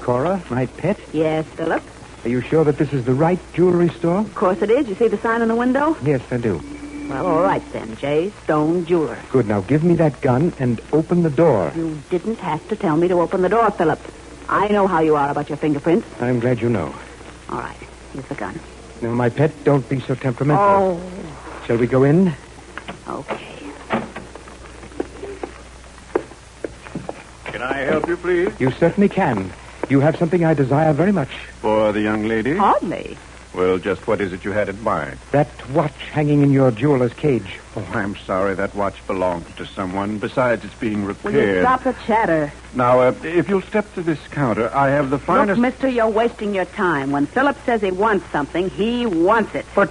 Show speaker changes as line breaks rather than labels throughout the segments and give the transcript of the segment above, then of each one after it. Cora, my pet,
Yes, Philip.
are you sure that this is the right jewelry store?
Of course it is. You see the sign on the window?
Yes, I do.
Well, all right then. J. Stone Jeweler.
Good. Now give me that gun and open the door.
You didn't have to tell me to open the door, Philip. I know how you are about your fingerprints.
I'm glad you know.
All right. Here's the gun.
Now, my pet, don't be so temperamental. Shall we go in?
Okay.
Can I help you, please?
You certainly can. You have something I desire very much.
For the young lady?
Hardly.
Well, just what is it you had in mind?
That watch hanging in your jeweler's cage.
Oh, I'm sorry. That watch belonged to someone. Besides, it's being
Will you
repaired.
stop the chatter?
Now, uh, if you'll step to this counter, I have the finest.
Look, mister, you're wasting your time. When Philip says he wants something, he wants it.
But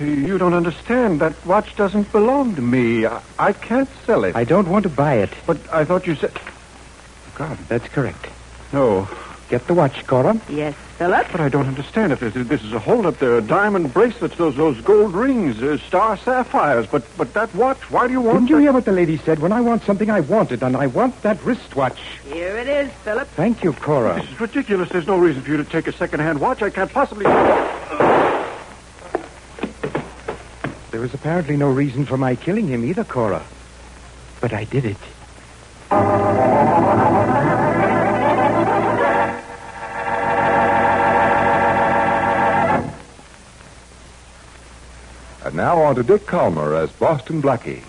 you don't understand. That watch doesn't belong to me. I, I can't sell it.
I don't want to buy it.
But I thought you said. God,
That's correct.
no.
Get the watch, Cora.
Yes, Philip?
But I don't understand. If this, if this is a holdup, there are diamond bracelets, those those gold rings, uh, star sapphires. But but that watch. Why do you want?
Didn't you
that?
hear what the lady said? When I want something, I want it, and I want that wristwatch.
Here it is, Philip.
Thank you, Cora.
This is ridiculous. There's no reason for you to take a second-hand watch. I can't possibly.
There was apparently no reason for my killing him either, Cora. But I did it.
And now on to Dick Calmer as Boston Blackie,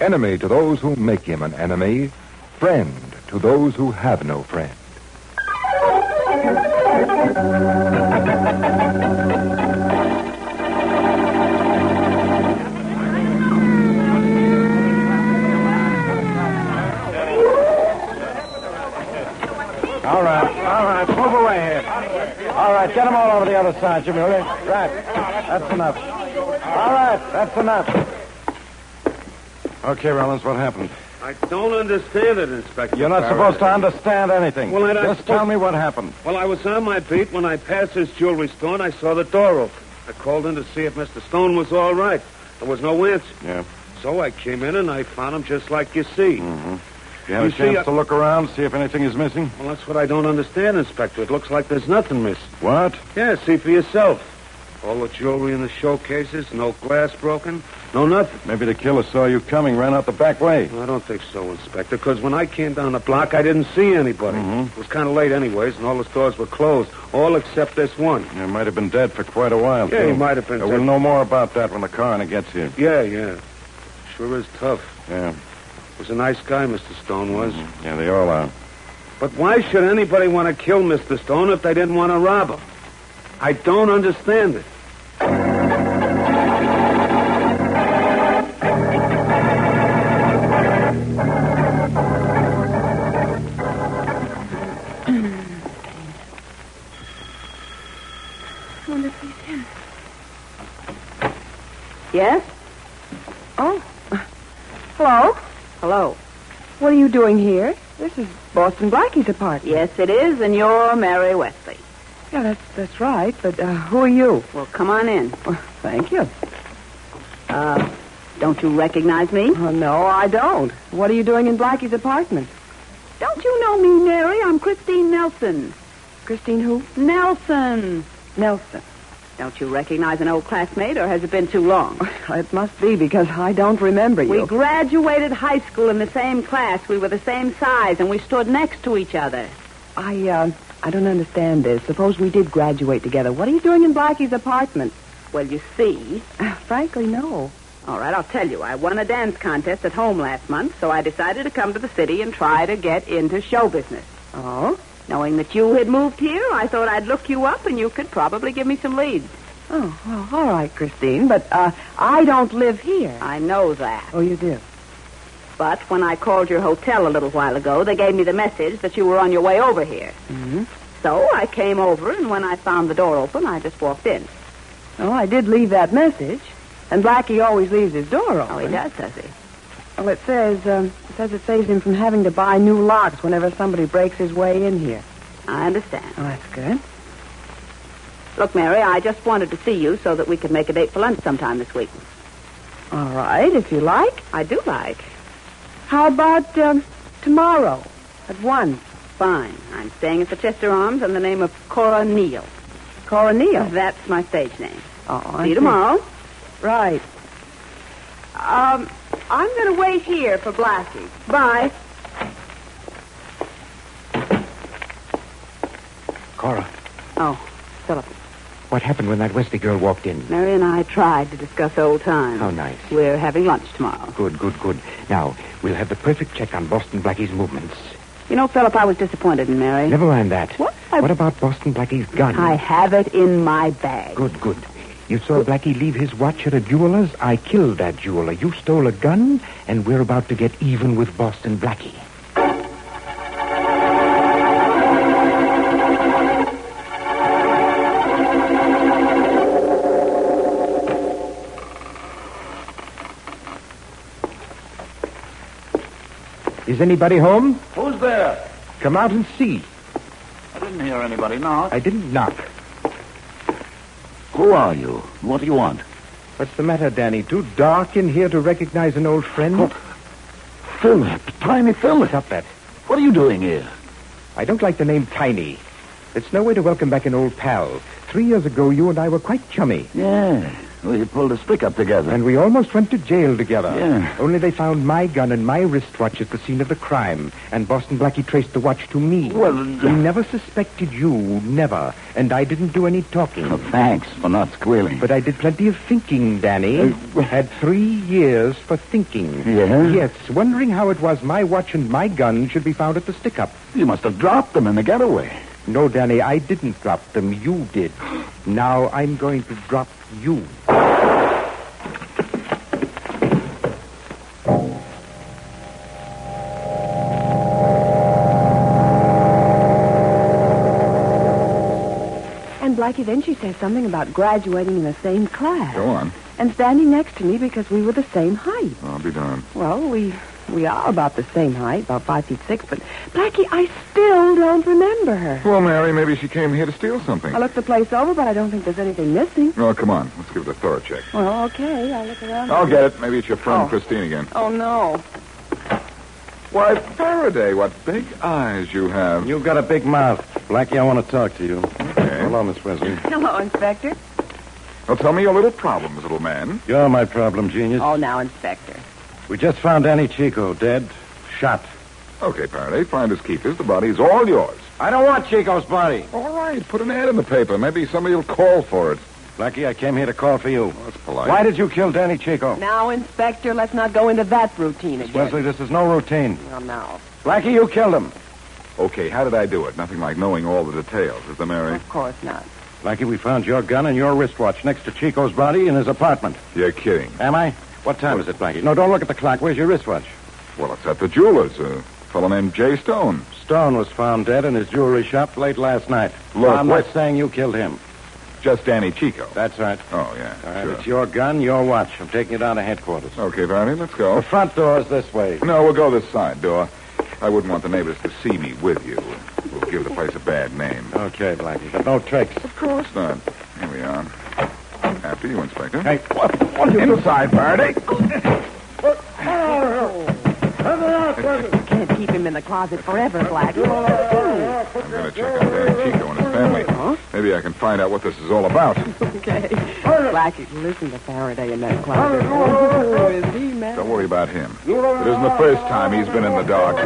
enemy to those who make him an enemy, friend to those who have no friend.
All right, all right, move away here. All right, get them all over the other side, Jimmy, will you? Right, that's enough. All right, that's enough.
Okay, Rollins, what happened?
I don't understand it, Inspector.
You're not supposed to understand anything.
Well, then I-
Just tell me what happened.
Well, I was on my beat when I passed this jewelry store and I saw the door open. I called in to see if Mr. Stone was all right. There was no answer.
Yeah.
So I came in and I found him just like you see.
Mm-hmm. You had
You
a
see,
chance
I-
to look around, see if anything is missing?
Well, that's what I don't understand, Inspector. It looks like there's nothing missing.
What?
Yeah, see for yourself. All the jewelry in the showcases, no glass broken, no nothing.
Maybe the killer saw you coming, ran out the back way.
I don't think so, Inspector, because when I came down the block, I didn't see anybody.
Mm-hmm.
It was kind of late, anyways, and all the stores were closed, all except this one.
You might have been dead for quite a while.
Yeah, he
too.
might have been
Uh, We'll
dead.
know more about that when the coroner gets here.
Yeah, yeah. Sure is tough.
Yeah, Mm-hmm.
Was a nice guy, Mr. Stone was.
yeah, they all are.
But why should anybody want to kill Mr. Stone if they didn't want to rob him? I don't understand it.
Yes?
Oh. Hello?
Hello.
What are you doing here? This is Boston Blackie's apartment.
Yes, it is, and you're Mary Wesley.
Yeah, that's, that's right, but uh, who are you?
Well, come on in.
Thank you.
Uh, don't you recognize me?
Oh, no, I don't. What are you doing in Blackie's apartment?
Don't you know me, Mary? I'm Christine Nelson.
Christine who?
Nelson.
Nelson.
Don't you recognize an old classmate, or has it been too long?
It must be because I don't remember you.
We graduated high school in the same class. We were the same size, and we stood next to each other.
I, uh, I don't understand this. Suppose we did graduate together. What are you doing in Blackie's apartment?
Well, you see.
Frankly, no.
All right, I'll tell you. I won a dance contest at home last month, so I decided to come to the city and try to get into show business.
Oh?
Knowing that you had moved here, I thought I'd look you up, and you could probably give me some leads.
Oh, well, all right, Christine, but uh, I don't live here.
I know that.
Oh, you do?
But when I called your hotel a little while ago, they gave me the message that you were on your way over here.
Mhm.
So I came over, and when I found the door open, I just walked in.
Oh, I did leave that message. And Blackie always leaves his door open.
Oh, he does, does he?
Well, it says, um, it says it saves him from having to buy new locks whenever somebody breaks his way in here.
I understand.
Oh, that's good.
Look, Mary, I just wanted to see you so that we could make a date for lunch sometime this week.
All right, if you like.
I do like.
How about um, tomorrow at 1?
Fine. I'm staying at the Chester Arms on the name of Cora Neal.
Cora Neal.
That's my stage name.
Oh, I
see
see.
you tomorrow.
Right.
Um, I'm going to wait here for Blackie. Bye.
Cora,
Oh, Philip,
what happened when that Wesley girl walked in?
Mary and I tried to discuss old times.
How nice.
We're having lunch tomorrow.
Good, good, good. Now, we'll have the perfect check on Boston Blackie's movements.
You know, Philip, I was disappointed in Mary.
Never mind that.
What? I-
What about Boston Blackie's gun?
I have it in my bag.
Good, good. You saw Blackie leave his watch at a jeweler's. I killed that jeweler. You stole a gun, and we're about to get even with Boston Blackie. Is anybody home?
Who's there?
Come out and see.
I didn't hear anybody knock.
I didn't knock.
Who are you? What do you want?
What's the matter, Danny? Too dark in here to recognize an old friend?
Philip. Tiny Philip.
Stop that.
What are you doing here?
I don't like the name Tiny. It's no way to welcome back an old pal. Three years ago, you and I were quite chummy,
Yeah. We pulled a stick up together.
and we almost went to jail together.
Yeah.
Only they found my gun and my wristwatch at the scene of the crime, and Boston Blackie traced the watch to me.
Well,
he never suspected you, never, and I didn't do any talking.
Well, thanks for not squealing. Uh,
But I did plenty of thinking, Danny. Had three years for thinking.
Yeah?
Yes, wondering how it was my watch and my gun should be found at the stick-up.
you must have dropped them in the getaway.
No, Danny, I didn't drop them. You did. Now I'm going to drop you.
And Blackie, then she says something about graduating in the same class.
Go on.
And standing next to me because we were the same height.
I'll be darned.
Well, we we are about the same height, about five feet six, but Blackie, I still don't remember her.
Well, Mary, maybe she came here to steal something.
I looked the place over, but I don't think there's anything missing.
Oh, come on. Let's give it a thorough check.
Well, okay, I'll look around.
I'll get it. Maybe it's your friend
Oh.
Christine again.
Oh no.
Why, Faraday, what big eyes you have.
You've got a big mouth. Blackie, I want to talk to you. Hello, Miss Wesley.
Hello, Inspector.
Well, tell me your little problems, little man.
You're my problem, genius.
Oh, now, Inspector.
We just found Danny Chico dead, shot.
Okay, Faraday, find us keepers. The body's all yours.
I don't want Chico's body.
All right, put an ad in the paper. Maybe somebody will call for it.
Blackie, I came here to call for you.
That's polite.
Why did you kill Danny
Oh.
Chico?
Now, Inspector, let's not go into that routine again.
Wesley, this is no routine.
Oh, no.
Blackie, you killed him.
Okay, how did I do it? Nothing like knowing all the details, is there, Mary?
Of course not.
Blackie, we found your gun and your wristwatch next to Chico's body in his apartment.
You're kidding.
Am I? What time is it, Blackie? No, don't look at the clock. Where's your wristwatch?
Well, it's at the jeweler's. A fellow named Jay Stone.
Stone was found dead in his jewelry shop late last night.
Look,
I'm
what-
not saying you killed him.
Just Danny Chico.
That's right.
Oh, yeah.
All right,
sure.
it's your gun, your watch. I'm taking you down to headquarters.
Okay, Faraday, let's
The
go.
front door's this way.
No, we'll go this side door. I wouldn't want the neighbors to see me with you. We'll give the place a bad name.
Okay, Blackie, but no tricks.
Of course not. Here we are. After you, Inspector.
Hey, what?
Inside, Faraday.
Can't keep him in
in the closet forever, Blackie.
I'm going to check on Daddy Chico and his family. Maybe I can find out what this is all about.
okay. Blackie, listen to Faraday in that closet. Oh, is he mad?
Don't worry about him. It isn't the first time he's been in the dark.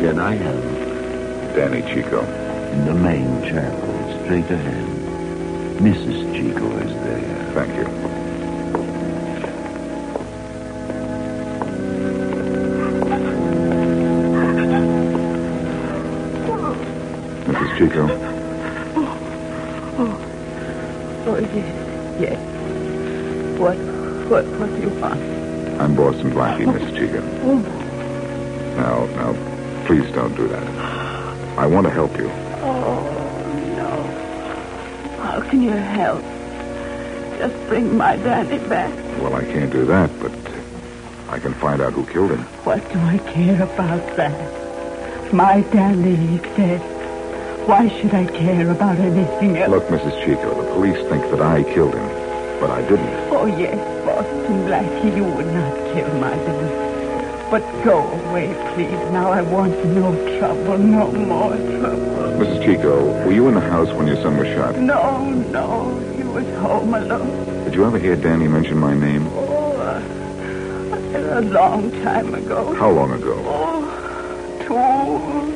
Can I help?
Danny Chico.
In the main chapel, straight ahead. Mrs. Chico is there.
Thank you. Mrs. Chico,
Oh, yes. Yes. What, what, what do you want? Oh.
I'm Boston Blackie, Mrs. Chico. Now, now, please don't do that. I want to help you.
How can you help? Just bring my daddy back.
Well, I can't do that, but I can find out who killed him.
What do I care about that? My daddy is dead. Why should I care about anything else?
Look, Mrs. Chico, the police think that I killed him, but I didn't.
Oh, yes, Boston Blackie, you would not kill my daddy. But go away, please. Now I want no trouble, no more trouble.
Mrs. Chico, were you in the house when your son was shot?
No, no, he was home alone.
Did you ever hear Danny mention my name?
Oh, uh, a long time ago.
How long ago?
Oh,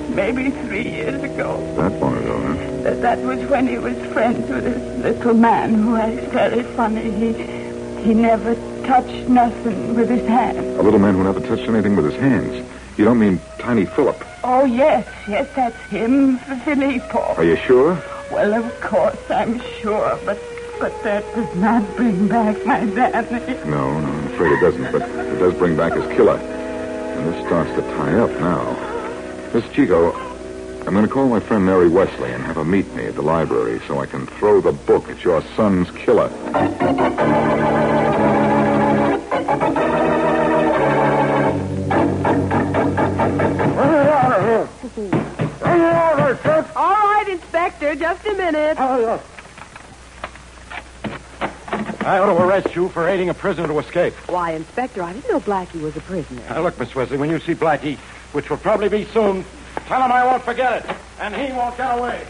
two, maybe three years ago.
That long ago, huh?
That, that was when he was friends with this little man who acts very funny. He he never touched nothing with his hand.
A little man who never touched anything with his hands. You don't mean Tiny Philip.
Oh yes, yes, that's him, Filippo.
Are you sure?
Well, of course, I'm sure, but but that does not bring back my Danny.
No, no, I'm afraid it doesn't, but it does bring back his killer. And this starts to tie up now. Miss Chico, I'm going to call my friend Mary Wesley and have her meet me at the library so I can throw the book at your son's killer.
All right, Inspector, just a minute.
I ought to arrest you for aiding a prisoner to escape.
Why, Inspector, I didn't know Blackie was a prisoner.
Now, look, Miss Wesley, when you see Blackie, which will probably be soon, tell him I won't forget it, and he won't get away.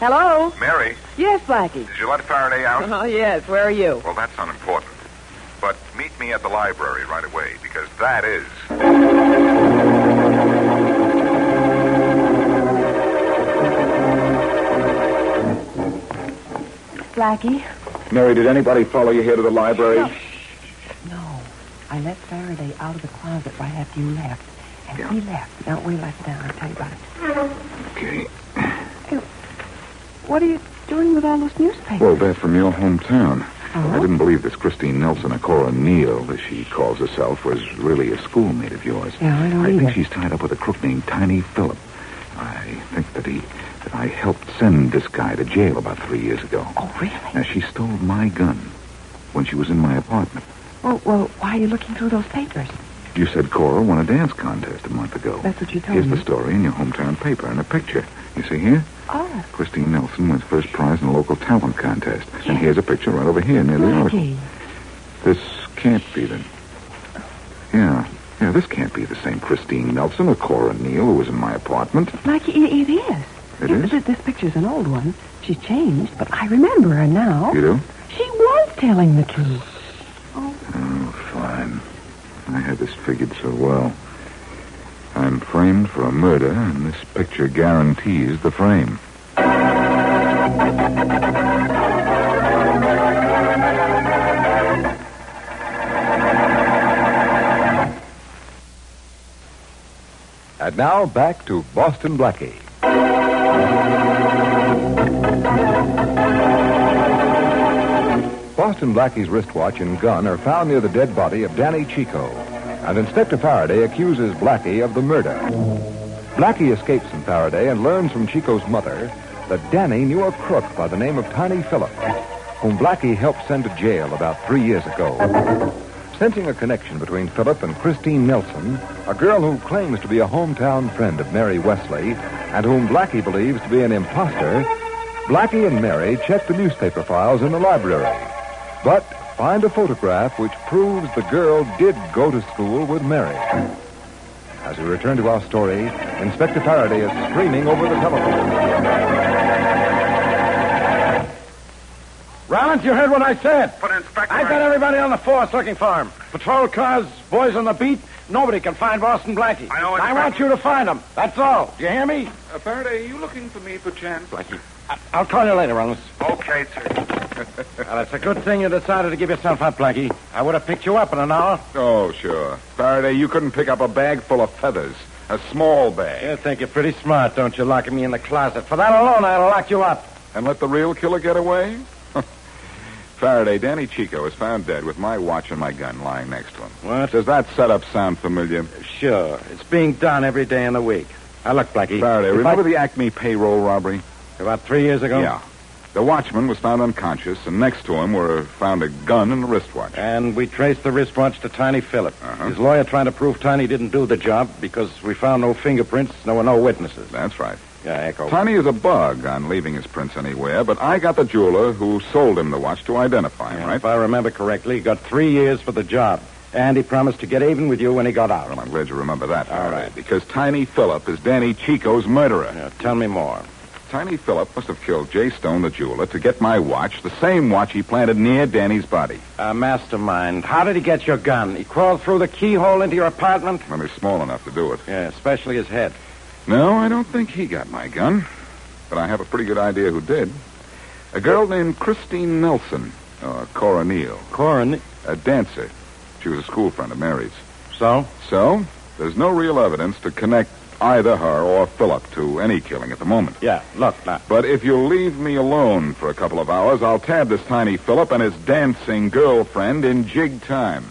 Hello?
Mary,
Yes, Blackie.
did you let Faraday out?
Oh yes, where are you?
Well, that's unimportant. But meet me at the library right away, because that is.
Blackie?
Mary, did anybody follow you here to the library?
No. I let Faraday out of the closet right after you left. And he left. Now wait till I sit down, I'll tell you about it.
Okay.
What are you doing with all those newspapers?
Well, they're from your hometown.
Oh.
I didn't believe this Christine Nelson, or Cora Neal, as she calls herself, was really a schoolmate of yours.
Yeah, I don't
think
either.
she's tied up with a crook named Tiny Phillip. I think that he that I helped send this guy to jail about three years ago.
Oh, really?
Now she stole my gun when she was in my apartment.
Well, well, why are you looking through those papers?
You said Cora won a dance contest a month ago.
That's what you told
Here's
me.
the story in your hometown paper and a picture. You see here?
Oh,
Christine Nelson wins first prize in a local talent contest. And here's a picture right over here near the article.
Blackie.
This can't be the. Yeah. Yeah, this can't be the same Christine Nelson or Cora Neal who was in my apartment.
Blackie, it, it is.
It
Th-
is?
th- This picture's an old one. She's changed, but I remember her now.
You do?
She was telling the truth.
Oh, fine. I had this figured so well. I'm framed for a murder, and this picture guarantees the frame. And now back to Boston Blackie. Boston Blackie's wristwatch and gun are found near the dead body of Danny Chico, and Inspector Faraday accuses Blackie of the murder. Blackie escapes from Faraday and learns from Chico's mother that Danny knew a crook by the name of Tiny Phillip.
whom Blackie helped send to jail about three years ago. Sensing a connection between Philip and Christine Nelson, a girl who claims to be a hometown friend of Mary Wesley and whom Blackie believes to be an imposter, Blackie and Mary check the newspaper files in the library, but find a photograph which proves the girl did go to school with Mary. As we return to our story, Inspector Faraday is screaming over the telephone.
Rollins, you heard what I said.
But Inspector,
I've got everybody on the force looking for him. Patrol cars, boys on the beat. Nobody can find Boston Blackie.
I know,
I
Inspector.
want you to find him. That's all. Do you hear me?
Uh, Faraday, are you looking for me perchance?
Blackie. I'll call you later, Rollins.
Okay, sir.
Well, it's a good thing you decided to give yourself up, Blackie. I would have picked you up in an hour.
Oh, sure. Faraday, you couldn't pick up a bag full of feathers. A small bag.
You think you're pretty smart, don't you, locking me in the closet? For that alone, I'll lock you up.
And let the real killer get away? Faraday, Danny Chico is found dead with my watch and my gun lying next to him.
What?
Does that setup sound familiar?
Sure. It's being done every day in the week. Now, look, Blackie.
Faraday,
if
remember
I-
the Acme payroll robbery?
About three years ago?
Yeah. The watchman was found unconscious, and next to him were found a gun and a wristwatch.
And we traced the wristwatch to Tiny Phillip.
Uh-huh.
His lawyer trying to prove Tiny didn't do the job because we found no fingerprints, there were no witnesses.
That's right.
Yeah, Echo.
Tiny is a bug on leaving his prints anywhere, but I got the jeweler who sold him the watch to identify him,
Yeah,
right?
If I remember correctly, he got three years for the job. And he promised to get even with you when he got out.
I'm glad you remember that. All right. Because Tiny Phillip is Danny Chico's murderer.
tell me more.
Tiny Phillip must have killed Jay Stone, the jeweler, to get my watch, the same watch he planted near Danny's body.
A mastermind. How did he get your gun? He crawled through the keyhole into your apartment?
When he's small enough to do it.
Yeah, especially his head.
No, I don't think he got my gun. But I have a pretty good idea who did. A girl named Christine Nelson, or Cora Neal.
Corin.
A dancer. She was a school friend of Mary's.
So?
So, there's no real evidence to connect either her or Philip to any killing at the moment.
Yeah, look, now.
But if you'll leave me alone for a couple of hours, I'll tab this tiny Philip and his dancing girlfriend in jig time.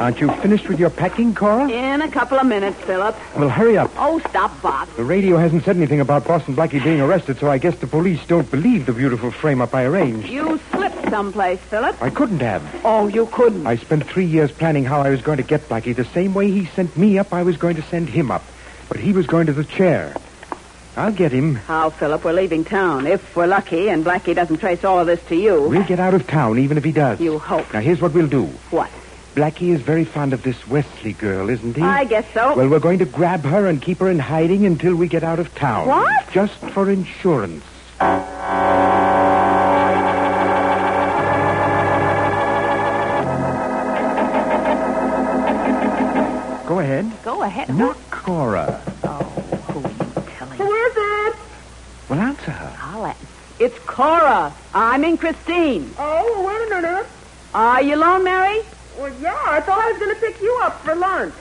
Aren't you finished with your packing, Cora?
In a couple of minutes, Philip.
Well, hurry up.
Oh, stop, Bob.
The radio hasn't said anything about Boston Blackie being arrested, so I guess the police don't believe the beautiful frame-up I arranged.
You slipped someplace, Philip.
I couldn't have.
Oh, you couldn't.
I spent three years planning how I was going to get Blackie. The same way he sent me up, I was going to send him up. But he was going to the chair. I'll get him.
How, Philip? We're leaving town. If we're lucky and Blackie doesn't trace all of this to you.
We'll get out of town, even if he does.
You hope.
Now, here's what we'll do.
What?
Blackie is very fond of this Wesley girl, isn't he?
I guess so.
Well, we're going to grab her and keep her in hiding until we get out of town.
What?
Just for insurance. Go ahead.
Go ahead.
Knock, Cora.
Who is it?
Well, answer her.
Colin. It's Cora. I'm in Christine.
Oh, wait a minute.
Are you alone, Mary?
Well, yeah, I thought I was going to pick you up for lunch.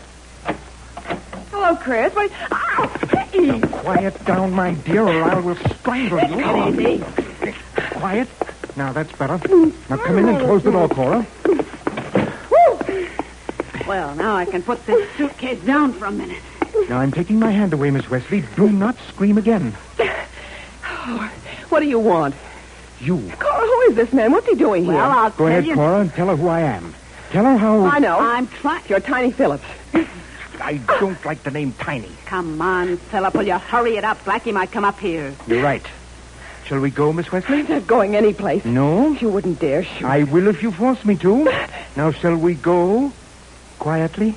Hello, Chris. Wait.
Ah!
Ow! Hey!
Quiet down, my dear, or I will strangle you.
Easy.
Quiet. Now, that's better. Now, come in and close the door, Cora.
Well, now I can put this suitcase down for a minute.
Now, I'm taking my hand away, Miss Wesley. Do not scream again.
What do you want?
You.
Cora, who is this man? What's he doing here?
Well, I'll
Go
tell
ahead,
you.
Cora, and tell her who I am. Tell her how.
I know.
I'm trying.
You're Tiny Phillips.
I don't like the name Tiny.
Come on, Philip. Will you hurry it up? Blackie might come up here.
You're right. Shall we go, Miss Wesley?
Not going anyplace.
No.
You wouldn't dare shoot.
I will if you force me to. Now, shall we go? Quietly?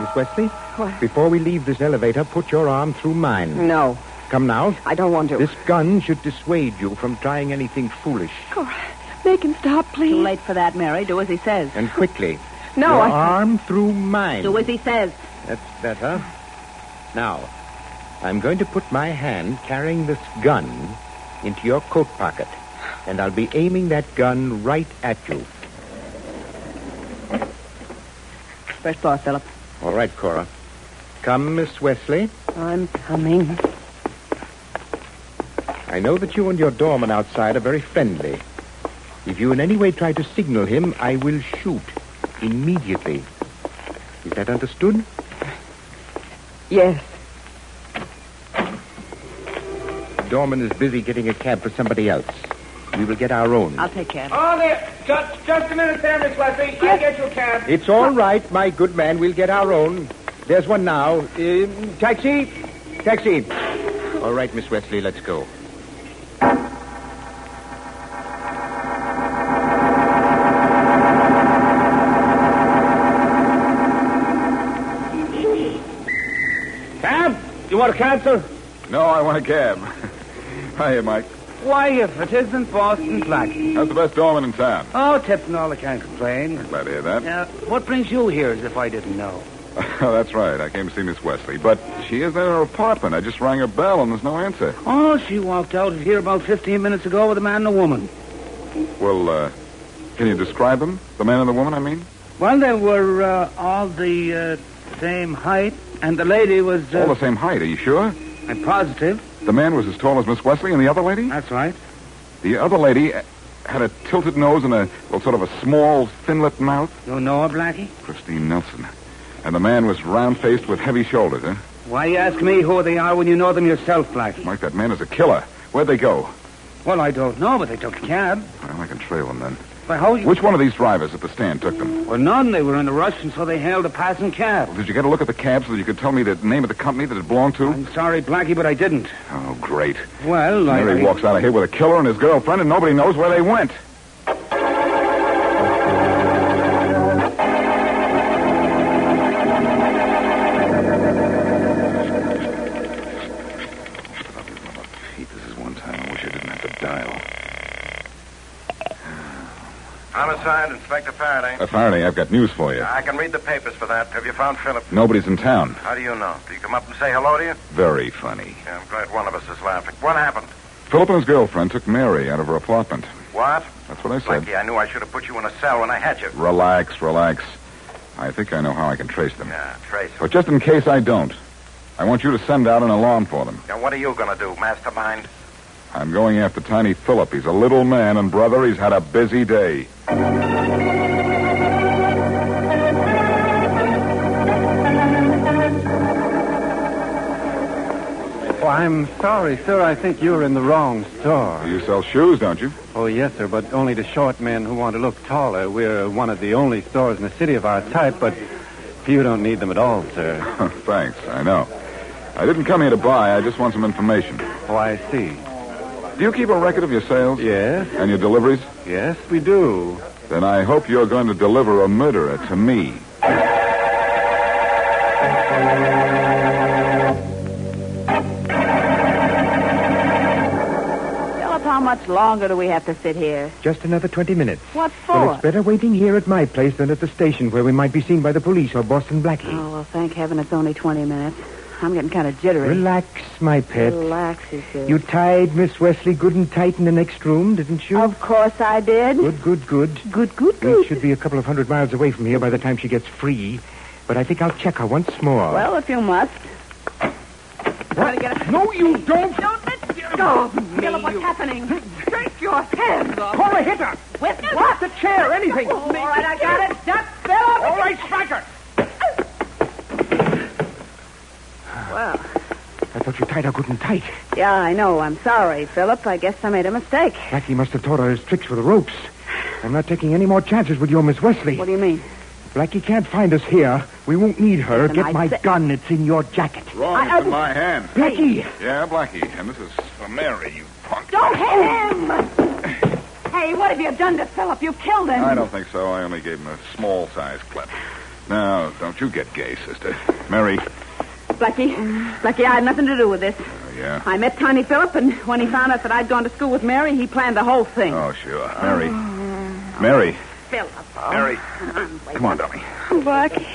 Miss Wesley?
What? Mm.
Before we leave this elevator, put your arm through mine.
No,
Come now.
I don't want to.
This gun should dissuade you from trying anything foolish.
Cora, make him stop, please.
Too late for that, Mary. Do as he says.
And quickly.
No,
your
I.
arm through mine.
Do as he says.
That's better. Now, I'm going to put my hand carrying this gun into your coat pocket, and I'll be aiming that gun right at you.
First floor, Philip.
All right, Cora. Come, Miss Wesley.
I'm coming.
I know that you and your doorman outside are very friendly. If you in any way try to signal him, I will shoot immediately. Is that understood?
Yes.
Dorman is busy getting a cab for somebody else. We will get our own.
I'll take care of
Oh, there. Just, just a minute there, Miss Wesley. I'll get you a cab.
It's all right, my good man. We'll get our own. There's one now. Um, taxi? Taxi. All right, Miss Wesley, let's go.
Cab? You want a cab, sir?
No, I want a cab. Hiya, Mike.
Why, if it isn't Boston Blackie.
That's the best doorman in town.
Oh, Tipton, all I can't complain.
Glad to hear that.
Now, what brings you here as if I didn't know?
Oh, that's right. I came to see Miss Wesley, but she is in her apartment. I just rang her bell and there's no answer.
Oh, she walked out of here about 15 minutes ago with a man and a woman.
Well, uh, can you describe them? The man and the woman, I mean?
Well, they were uh, all the uh, same height, and the lady was. Uh,
All the same height, are you sure?
I'm positive.
The man was as tall as Miss Wesley and the other lady?
That's right.
The other lady uh, had a tilted nose and a, well, sort of a small, thin-lipped mouth.
You know her, Blackie?
Christine Nelson. And the man was round-faced with heavy shoulders, huh?
Why you ask me who they are when you know them yourself, Blackie?
Mike, that man is a killer. Where'd they go?
Well, I don't know, but they took a cab.
Well, I can trail them then.
But how you...
Which one of these drivers at the stand took them?
Well, none. They were in a rush, and so they hailed a passing cab.
Did you get a look at the cab so that you could tell me the name of the company that it belonged to?
I'm sorry, Blackie, but I didn't.
Oh, great.
Well, I...
Mary
I-
walks out of here with a killer and his girlfriend, and nobody knows where they went. Pete, this is one time I wish I didn't have to dial.
Homicide, Inspector Faraday.
Uh, Faraday, I've got news for you.
I can read the papers for that. Have you found Philip?
Nobody's in town.
How do you know? Did he come up and say hello to you?
Very funny.
Yeah, I'm glad one of us is laughing. What happened?
Philip and his girlfriend took Mary out of her apartment.
What?
That's what I said.
Blackie, I knew I should have put you in a cell when I had you.
Relax, relax. I think I know how I can trace them.
Yeah, Trace.
But just in case I don't, I want you to send out an alarm for them.
Now, what are you going to do, mastermind?
I'm going after Tiny Phillip. He's a little man, and brother, he's had a busy day.
Oh, I'm sorry, sir. I think you're in the wrong store.
You sell shoes, don't you?
Oh, yes, sir, but only to short men who want to look taller. We're one of the only stores in the city of our type, but you don't need them at all, sir.
Oh, Thanks, I know. I didn't come here to buy. I just want some information.
Oh, I see.
Do you keep a record of your sales?
Yes.
And your deliveries?
Yes, we do.
Then I hope you're going to deliver a murderer to me.
Philip, how much longer do we have to sit here?
Just another 20 minutes.
What
Well,
for?
it's better waiting here at my place than at the station where we might be seen by the police or Boston Blackie.
Oh, well, thank heaven it's only 20 minutes. I'm getting kind of jittery.
Relax, my pet.
Relax, he says.
You tied Miss Wesley good and tight in the next room, didn't you?
Of course I did.
Good, good, good.
Good, good,
We should be a couple of hundred miles away from here by the time she gets free. But I think I'll check her once more.
Well, if you must.
What? No, you don't.
Don't let go of me. Philip, what's happening? Take your hands off.
Call a hitter.
With
What? The chair, anything.
Oh, all right, I got it. That's Philip.
All right, Striker.
Well,
I thought you tied her good and tight.
yeah, I know. I'm sorry, Philip. I guess I made a mistake.
Blackie must have taught her his tricks with the ropes. I'm not taking any more chances with your Miss Wesley.
What do you mean?
Blackie can't find us here. We won't need her.
Listen,
Get
I
my
said-
gun. It's in your jacket.
Wrong,
I-
it's in
I-
my hand.
Blackie!
Yeah, Blackie. And this is for Mary, you punk.
Don't hit him. Hey, what have you done to Philip? You killed him.
I don't think so. I only gave him a small size clip. Now, don't you get gay, sister. Mary,
Blackie, Blackie, I had nothing to do with this.
oh, yeah.
I met Tiny Philip, and when he found out that I'd gone to school with Mary, he planned the whole thing.
Oh, sure. Mary. Mary.
Philip.
Mary. Come on, darling.
Blackie,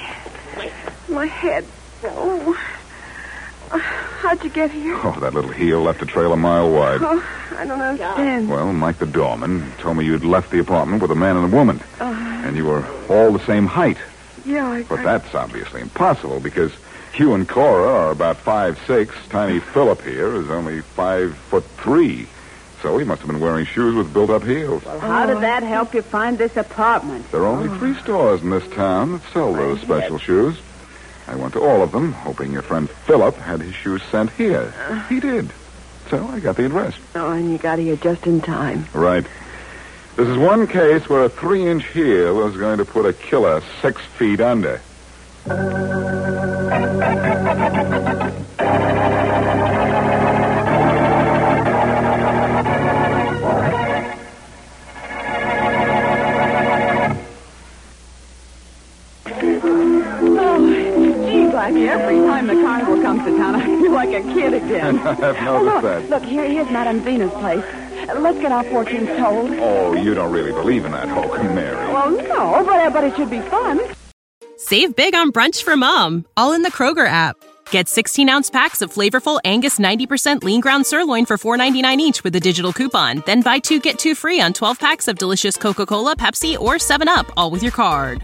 my head. Oh. Uh, How'd you get here?
Oh, that little heel left a trail a mile wide.
Oh, I don't understand.
Well, Mike the doorman told me you'd left the apartment with a man and a woman,
Uh,
and you were all the same height.
yeah, I,
But
I-
that's obviously impossible because Q and Cora are about five six. Tiny Philip here is only five foot three. So he must have been wearing shoes with built up heels.
Well, how did that help you find this apartment?
There are only three stores in this town that sell those special shoes. I went to all of them, hoping your friend Philip had his shoes sent here. He did. So I got the address.
Oh, and you got here just in time.
Right. This is one case where a three inch heel is going to put a killer six feet under.
Oh, gee, Blackie, every time the carnival comes to town, I feel like a kid again.
I've noticed
Oh, look,
that.
look, here, here's Madame Vina's place. Uh, Let's get our fortunes told.
Oh, you don't really believe in that hoax, Mary.
Well, no, but, uh, but it should be fun.
Save big on brunch for mom, all in the Kroger app. Get 16 ounce packs of flavorful Angus 90% lean ground sirloin for $4.99 each with a digital coupon. Then buy two get two free on 12 packs of delicious Coca Cola, Pepsi, or 7UP, all with your card.